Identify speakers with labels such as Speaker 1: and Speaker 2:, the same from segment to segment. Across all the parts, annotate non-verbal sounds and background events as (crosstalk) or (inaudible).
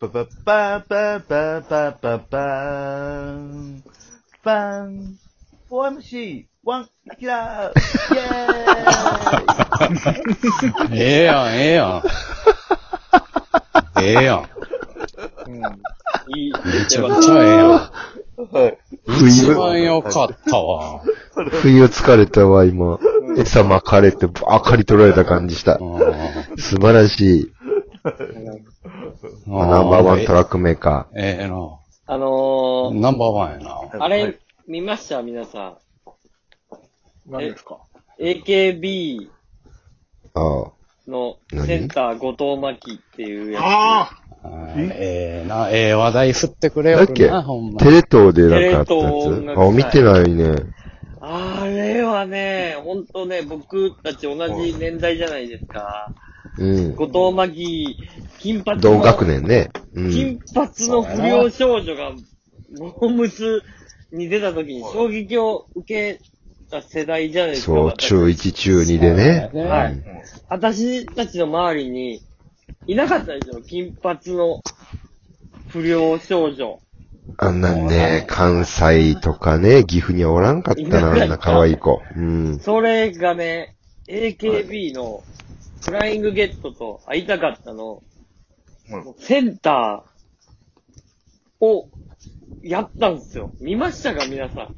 Speaker 1: パパパパパパパパーン。パン。OMC、ワン、アキラー。イェーイ
Speaker 2: ええやん、ええやん。ええやん。
Speaker 3: いい。
Speaker 2: めちゃくちゃええや
Speaker 1: はい。
Speaker 2: ん。一番良かったわ。
Speaker 4: 冬疲れたわ、今。餌巻かれて、明かり取られた感じした
Speaker 2: う。ん
Speaker 4: 素晴らしい。ナンバーワントラックメーカ
Speaker 2: ええな。
Speaker 3: あのー、
Speaker 2: ナンバーワンやな。
Speaker 3: あ
Speaker 1: はい
Speaker 3: れ、見ました皆さ
Speaker 5: 何ですか
Speaker 3: ん。AKB
Speaker 4: ー。ああ。
Speaker 3: の
Speaker 4: 何
Speaker 3: センター後藤真希っていうや
Speaker 5: ああ
Speaker 2: ええな、ええ話題振ってくれよ
Speaker 4: だっけ
Speaker 2: な、ほんま。
Speaker 4: テレ東でなんかあ
Speaker 3: テレ東音
Speaker 4: ったや
Speaker 3: 楽
Speaker 4: つあ、
Speaker 3: 祭
Speaker 4: 見てないね。
Speaker 3: つ。あれはね、ほんとね、僕たち同じ年代じゃないですか。
Speaker 4: うん。
Speaker 3: 後藤真希、金髪の、
Speaker 4: 同学年ね。うん。
Speaker 3: 金髪の不良少女が、モームスに出た時に衝撃を受けた世代じゃないですか。
Speaker 4: そう、
Speaker 3: 私
Speaker 4: 中1、中2でね。
Speaker 2: そうだ
Speaker 3: はい
Speaker 2: ね
Speaker 3: 私たちの周りに、いなかったでしょ金髪の不良少女。
Speaker 4: あんなんね、関西とかね、岐阜にはおらんかったな、あんな可愛い子。うん。
Speaker 3: それがね、AKB のフライングゲットと会いたかったの、
Speaker 1: うん
Speaker 3: もうセンターをやったんですよ。見ましたか皆さん。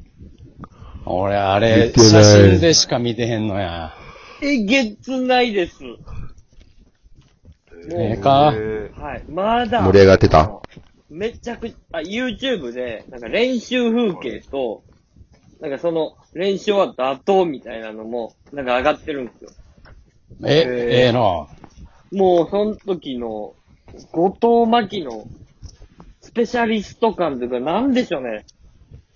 Speaker 2: 俺、あれ
Speaker 4: 見、てな
Speaker 2: 写
Speaker 4: い
Speaker 2: 真でしか見てへんのや。
Speaker 3: えげつないです。もう
Speaker 2: ええか。
Speaker 1: え
Speaker 3: はい。まだ
Speaker 4: 盛、り上がってた
Speaker 3: めちゃくちゃ、あ YouTube で、なんか練習風景と、なんかその練習終わった後みたいなのも、なんか上がってるんですよ。
Speaker 2: え、ええな。
Speaker 3: もう、その時の、後藤真希の、スペシャリスト感というか、なんでしょうね。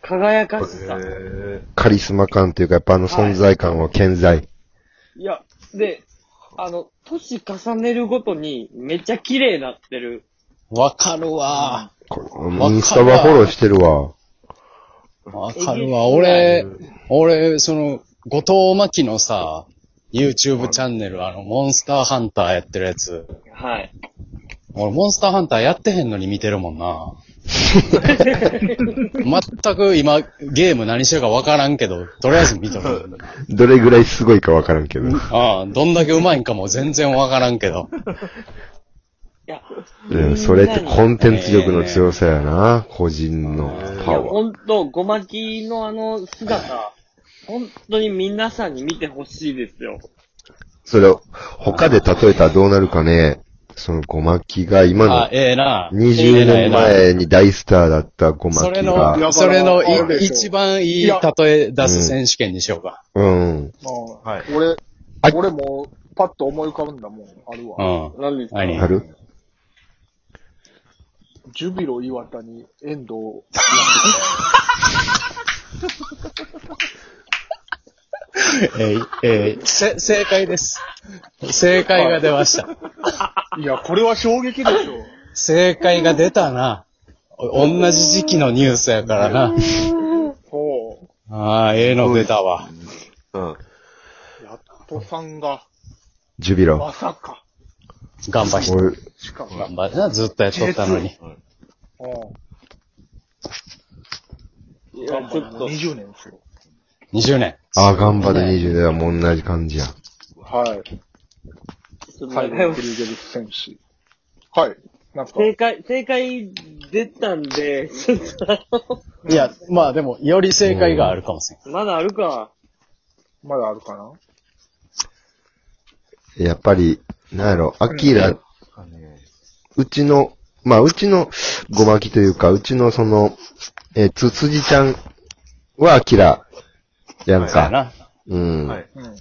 Speaker 3: 輝かしさ。
Speaker 1: ー
Speaker 4: カリスマ感というか、やっぱあの存在感は健在。
Speaker 3: いや、で、あの、年重ねるごとに、めっちゃ綺麗になってる。
Speaker 2: わかるわ。
Speaker 4: これインスタはフォローしてるわ。
Speaker 2: わかるわ。俺、俺、その、後藤真希のさ、YouTube チャンネル、あの、モンスターハンターやってるやつ。
Speaker 3: はい。
Speaker 2: 俺、モンスターハンターやってへんのに見てるもん
Speaker 5: (laughs)
Speaker 2: な。全く今、ゲーム何してるかわからんけど、とりあえず見とる。
Speaker 5: (laughs)
Speaker 4: どれぐらいすごいかわからんけど。
Speaker 2: ああ、どんだけうまいんかも全然わからんけど。
Speaker 3: いや、
Speaker 4: うん、それってコンテンツ力の強さやな、個人の
Speaker 3: い
Speaker 4: パ
Speaker 3: や、
Speaker 4: ワー。
Speaker 3: ほんと、ごまきのあの姿、ほんとに皆さんに見てほしいですよ。
Speaker 4: それを、他で例えたらどうなるかね、そのごまきが今
Speaker 2: あ
Speaker 4: の、
Speaker 2: ええな。
Speaker 4: 20年
Speaker 2: ええなええ
Speaker 4: 前に大スターだったご
Speaker 2: な
Speaker 4: ま
Speaker 2: それ
Speaker 4: きが、
Speaker 2: の、それの
Speaker 5: いやだからあれ
Speaker 2: い
Speaker 5: でしょ
Speaker 2: 一番いい例え出す選手権にしようか。
Speaker 4: うん。
Speaker 1: はい
Speaker 5: うん俺、俺もうパッと思い浮かぶんだもん、ある
Speaker 2: う
Speaker 5: わ。
Speaker 2: ん。
Speaker 3: なんですか
Speaker 2: 何
Speaker 4: ある
Speaker 5: ジュビロ岩田に遠藤。
Speaker 2: えいえいせ、正解です。正解が出ました。
Speaker 5: いや、これは衝撃でしょ。
Speaker 2: 正解が出たな。お同じ時期のニュースやからな。
Speaker 5: ほ
Speaker 2: ああ、ええの出たわ。
Speaker 1: うん。
Speaker 5: う。やっとさんが、
Speaker 4: ジュビロ。
Speaker 5: まさか。
Speaker 2: 頑張って。
Speaker 4: 俺
Speaker 5: しかも。
Speaker 2: 頑張ってな、ずっとやっとった (laughs) のに。
Speaker 5: う
Speaker 3: い
Speaker 5: ん。頑
Speaker 3: や、ち
Speaker 5: 張
Speaker 3: ょ
Speaker 5: る
Speaker 3: っ
Speaker 5: の
Speaker 3: と、
Speaker 5: 20年ですよ。
Speaker 2: 20年。
Speaker 4: あ、頑張れ20年はもう同じ感じや。
Speaker 5: はい。
Speaker 3: ちょっと
Speaker 5: 最後
Speaker 3: 仲良
Speaker 5: の
Speaker 3: く
Speaker 5: クリーゲルス選手。はい。なんすか
Speaker 3: 正解、正解出たんで、ちょっと
Speaker 2: いや、まあでも、より正解があるかもしれん。
Speaker 3: あの、まだあるか。
Speaker 5: まだあるかな
Speaker 4: やっぱり、なんやろ、アキラ、うちの、まあ、うちのごまきというか、うちのその、えー、つ、辻ちゃんはアキラやん
Speaker 2: そうや
Speaker 4: か。
Speaker 2: な。
Speaker 4: うん。
Speaker 1: はい
Speaker 5: うん。
Speaker 4: やっ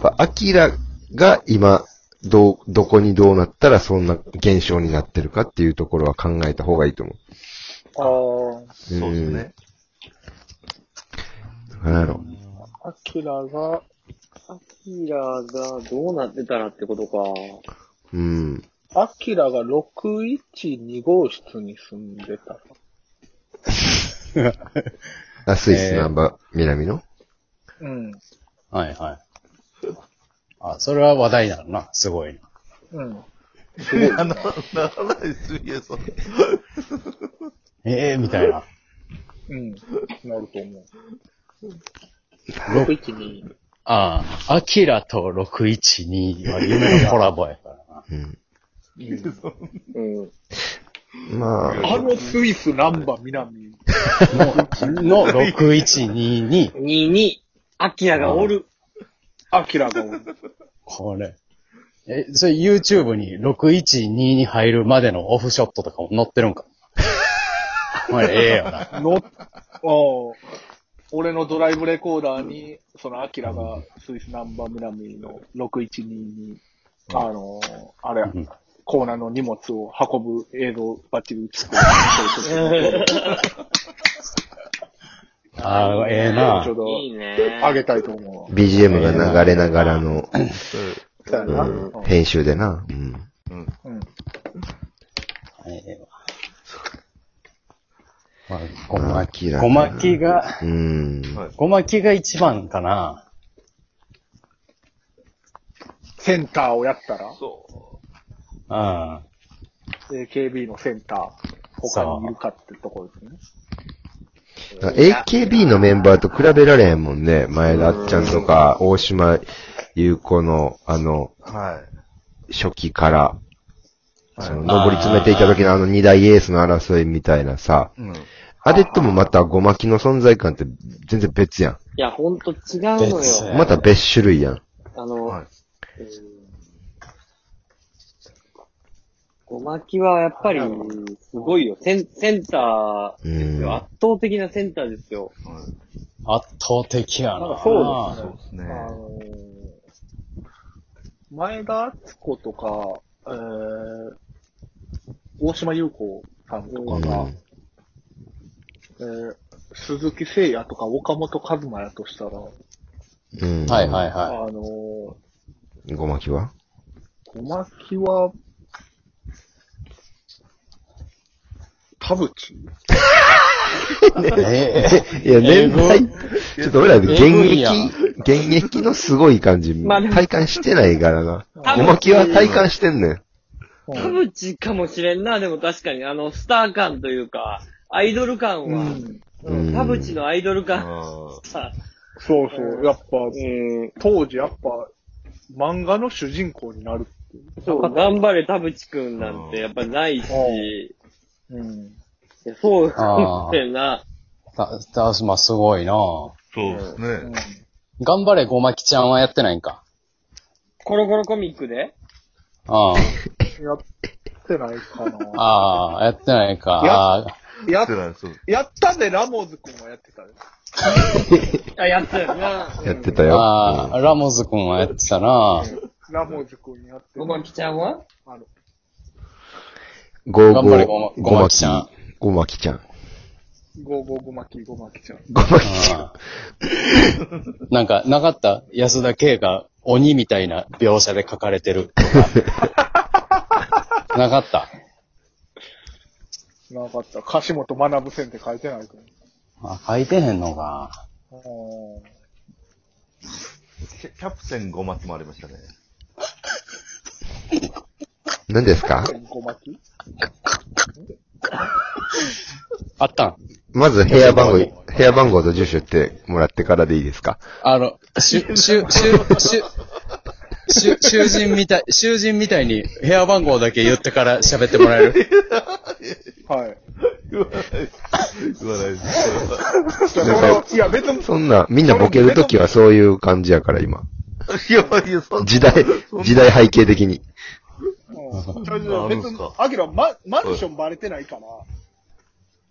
Speaker 4: ぱ、アキラが今、どう、どこにどうなったらそんな現象になってるかっていうところは考えた方がいいと思
Speaker 5: あ
Speaker 4: う。
Speaker 1: そうですね。
Speaker 4: うん。なんやろ。
Speaker 5: あ、アキラが、
Speaker 3: アキラがどうなってたらってことか。
Speaker 4: うん。
Speaker 5: アキラが612号室に住んでた。
Speaker 2: (laughs)
Speaker 4: あ、スイス
Speaker 2: えー
Speaker 4: ナンバー、南の
Speaker 5: うん。
Speaker 2: はいはい。あ、それは話題なのな。すごいな。
Speaker 5: うん。すごい。
Speaker 1: あな、ならないですよ、そんな
Speaker 2: ええみたいな。
Speaker 5: うん。なると思う。612。
Speaker 2: ああ、アキラと612は夢のコラボやからな。
Speaker 4: うん。
Speaker 5: うん。
Speaker 4: まあ、
Speaker 5: あのスイス、ナンバ、南。
Speaker 2: (laughs) の、の612に、
Speaker 3: 2に、アキラがおる。
Speaker 5: アキラがおる。
Speaker 2: これ。え、それ YouTube に612に入るまでのオフショットとかも載ってるんか (laughs) これええよな。
Speaker 5: の、おう俺のドライブレコーダーに、そのアキラがスイスナンバー南の612に、あのー、あれや
Speaker 2: うん、
Speaker 5: コーナーの荷物を運ぶ映像バッチリ映って
Speaker 2: (laughs) ああ、ええな
Speaker 5: ちょう。
Speaker 3: いい
Speaker 5: ど
Speaker 3: ね。
Speaker 5: あげたいと思
Speaker 4: BGM が流れながらの、
Speaker 5: う。そうや
Speaker 4: う
Speaker 5: な。
Speaker 4: ん、編集でな。うん。
Speaker 5: うん。
Speaker 2: ええわ。まあ、ごまき。
Speaker 4: まあ
Speaker 2: ごまきが、
Speaker 4: うん。
Speaker 2: ごまきが一番かな。
Speaker 5: センターをやったら、
Speaker 2: うん。
Speaker 5: AKB のセンター、他にいるかってところですね。
Speaker 4: AKB のメンバーと比べられへんもんね。前田あっちゃんとか、大島優子の、あの、
Speaker 1: は
Speaker 4: 初期から、
Speaker 1: い。
Speaker 4: その、
Speaker 1: は
Speaker 4: 上り詰めていた時のあの二大エースの争いみたいなさ、
Speaker 1: い。うん。
Speaker 4: あれともまたゴマキの存在感って全然別や
Speaker 3: いや、ほんと違うの
Speaker 2: 別
Speaker 3: よ。
Speaker 4: ん。また別種類やん。
Speaker 3: あの、
Speaker 1: はい。
Speaker 3: うんごまきはやっぱり、すごいよ。セン、センターです
Speaker 4: うん
Speaker 3: よ。圧倒的なセンターですよ。
Speaker 1: はい
Speaker 2: 圧倒的やな。
Speaker 5: なんかそう
Speaker 1: そうですね。
Speaker 5: あのー前田敦子とか、えー、大島優子さんと
Speaker 4: う
Speaker 5: かが、
Speaker 4: ん。
Speaker 5: えー、鈴木誠也とか岡本和真やとしたら、
Speaker 4: うん。
Speaker 2: はいはい
Speaker 5: あ
Speaker 2: は
Speaker 5: のー、ご
Speaker 4: い。ゴマキは
Speaker 5: まきは、田淵
Speaker 2: い。ええ
Speaker 4: いや、年代、
Speaker 2: え
Speaker 4: ちょっと俺ら現
Speaker 2: えぐいやん
Speaker 4: 役、現役のすごい感じ、
Speaker 3: まあでも
Speaker 4: 体感してないからな。
Speaker 3: 多
Speaker 4: ゴ
Speaker 3: 分
Speaker 4: マキは体感してんねん。
Speaker 3: 田淵かもしれんな、でも確かに、あの、スター感というか、アイドル感
Speaker 5: う
Speaker 3: は、
Speaker 5: ん。
Speaker 4: うん
Speaker 3: うん田淵のアイドル感
Speaker 1: あ
Speaker 3: さ、
Speaker 5: そうそう、やっぱ、
Speaker 3: うん、
Speaker 5: 当時やっぱ、漫画の主人公になるっていう。
Speaker 3: そう、頑張れ田淵くんなんてやっぱないし、い
Speaker 5: うん。
Speaker 3: やそうかもしれんな。
Speaker 2: た、た、まあすごいな
Speaker 1: そうですね。
Speaker 2: 頑張れ、ごまきちゃんはやってないんか。
Speaker 3: コロコロコミックで
Speaker 2: あ
Speaker 5: やってないか
Speaker 2: あ、
Speaker 5: な。
Speaker 2: ああ、やってないか。
Speaker 5: や
Speaker 2: ああ、
Speaker 5: (laughs) やっ
Speaker 1: そうなんですそう
Speaker 5: やったで、ラモーズ君はやってたよ。
Speaker 3: あ、やったよな。
Speaker 4: やってたよ。
Speaker 2: ああ、ラモズ君はやってたな
Speaker 5: ラモーズ君やって
Speaker 3: ごまきちゃんは
Speaker 5: あの、
Speaker 4: ゴ
Speaker 2: 頑張れゴマゴマキちゃん。
Speaker 4: ゴマキちゃん。
Speaker 5: ゴーゴーゴマキゴマキちゃん。
Speaker 4: ゴマキちゃん。
Speaker 2: ああなんか、なかった安田圭が鬼みたいな描写で書かれてるとか。なかった。
Speaker 5: なかった。樫本学ぶ線って書いてないから。
Speaker 2: あ、書いてへんのか。
Speaker 5: あー
Speaker 1: キャキャプテンゴマキもありましたね。
Speaker 4: 何ですか
Speaker 5: ゴマキ
Speaker 2: あったん
Speaker 4: まず部屋番号、部屋番号と住所言ってもらってからでいいですか
Speaker 2: あの、しゅ、しゅ、しゅ、しゅ、しゅ、囚人みたい、囚人みたいに部屋番号だけ言ってから喋ってもらえる。
Speaker 5: はい。
Speaker 1: 言わないです。言わないです。
Speaker 5: そのいや、別に、
Speaker 4: そんな、みんなボケるときはそういう感じやから今。
Speaker 1: いや、いや、そん
Speaker 4: 時代、時代背景的に。
Speaker 5: うん
Speaker 1: あるん
Speaker 5: 別
Speaker 1: す
Speaker 5: に
Speaker 1: か、
Speaker 5: アキラ、ママンションバレてないから、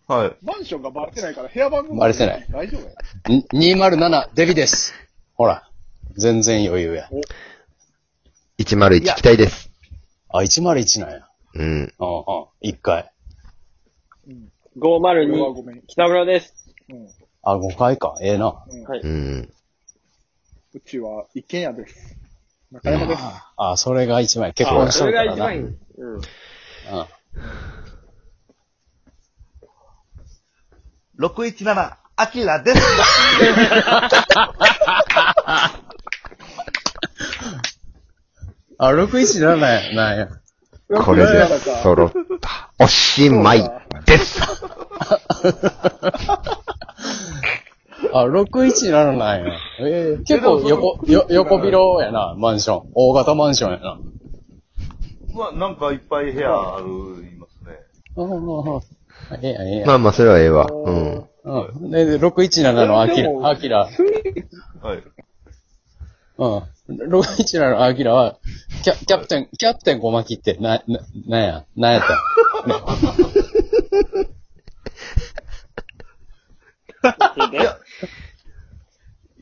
Speaker 1: はい。
Speaker 5: マンションがバレてないから、部屋番号
Speaker 2: バレてない
Speaker 5: 大丈夫や。
Speaker 2: ん207デビです。ほら。全然余裕や。
Speaker 4: 101聞きたいです。
Speaker 2: あ、101なんや。
Speaker 4: うん。
Speaker 2: うんうん。一回。
Speaker 5: これは
Speaker 3: 502、
Speaker 5: ごめん。
Speaker 3: 北村です。
Speaker 5: うん。
Speaker 2: あ、5回か。ええな。
Speaker 4: うん。
Speaker 5: うちは一軒家です。中山です。
Speaker 2: あ、それが一枚。結婚し
Speaker 3: そ
Speaker 2: と
Speaker 3: れ
Speaker 2: る
Speaker 3: が
Speaker 2: からな。
Speaker 3: 一番いい。うん。
Speaker 2: うん。
Speaker 1: 617、アキラです。
Speaker 2: あ、617や、なんや。 (laughs)
Speaker 4: これで揃った。おしまいです。
Speaker 2: あ、617なんや。ええ結構横、よ、横広やな、マンション。大型マンションやな。
Speaker 1: まあ、なんかいっぱい部屋ある、いますね。
Speaker 2: ああ、ああええやん、ええやん
Speaker 4: まあまあ、それはええわ。うん。
Speaker 2: うん。で、で617のアキ
Speaker 5: でも
Speaker 2: ラ、アキラ、
Speaker 1: はい。
Speaker 2: うん。617のアキラは、キャキャプテン、キャプテン小牧って、な、な、なんや、なんやった
Speaker 3: いや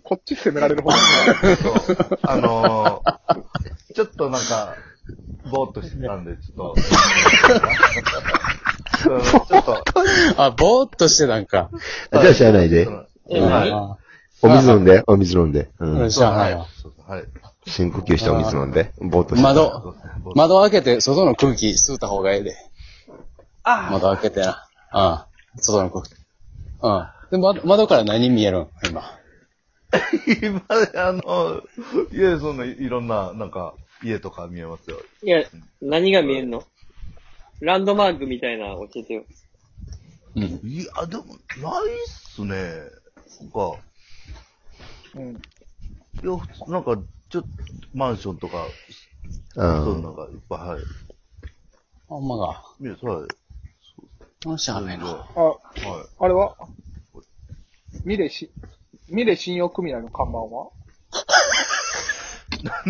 Speaker 5: こっち攻められる方が。
Speaker 1: そうあのー、ちょっとなんか、ぼーっとしてたんで、ちょっと。そうちょっと。
Speaker 2: あ、ぼーっとしてたんか。
Speaker 4: あじゃあ、しゃあないで
Speaker 1: そ。の
Speaker 3: え
Speaker 1: はい
Speaker 2: あ
Speaker 4: お水飲んで、お水飲んで。う
Speaker 2: うんん。しゃあないわ。
Speaker 1: そうそうはい。
Speaker 4: 深呼吸してお水飲んで。ぼーっとして。
Speaker 2: 窓、
Speaker 1: ぼーっと
Speaker 2: 窓開けて、外の空気吸うた方がええで。窓開けてな。ああ外の空気。うん。で、窓、窓から何見えるん今。
Speaker 1: 今、あの、いや、そんな、いろんな、なんか、家とか見えますよ。
Speaker 3: いや、何が見えんのランドマークみたいなの教えてよ。
Speaker 2: うん。
Speaker 1: いや、でも、ないっすね。なんか、
Speaker 5: うん。
Speaker 1: いや、普通、なんか、ちょっと、マンションとか、
Speaker 4: う
Speaker 1: そういうの
Speaker 4: ん。
Speaker 1: がいっぱい、はい。
Speaker 2: ほんまが。
Speaker 1: 見え、はい。
Speaker 2: どうしゃあないな。
Speaker 5: あ、
Speaker 1: はい。
Speaker 5: あれはミレし、ミレ信用組合の看
Speaker 4: (laughs)
Speaker 5: 板は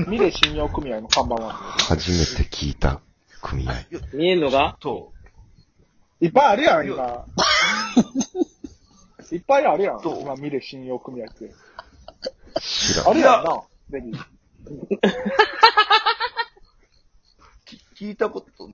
Speaker 5: ミレ信用組合の看板は
Speaker 4: 初めて聞いた組合。
Speaker 3: 見えんのが
Speaker 1: と、
Speaker 5: いっぱいあるや
Speaker 4: (laughs)
Speaker 5: ん、今。いっぱいあるやん、
Speaker 1: どう
Speaker 5: 今、ミレ信用組合って。
Speaker 4: 知らん
Speaker 5: あるやんな、ベニー
Speaker 1: き聞いたこと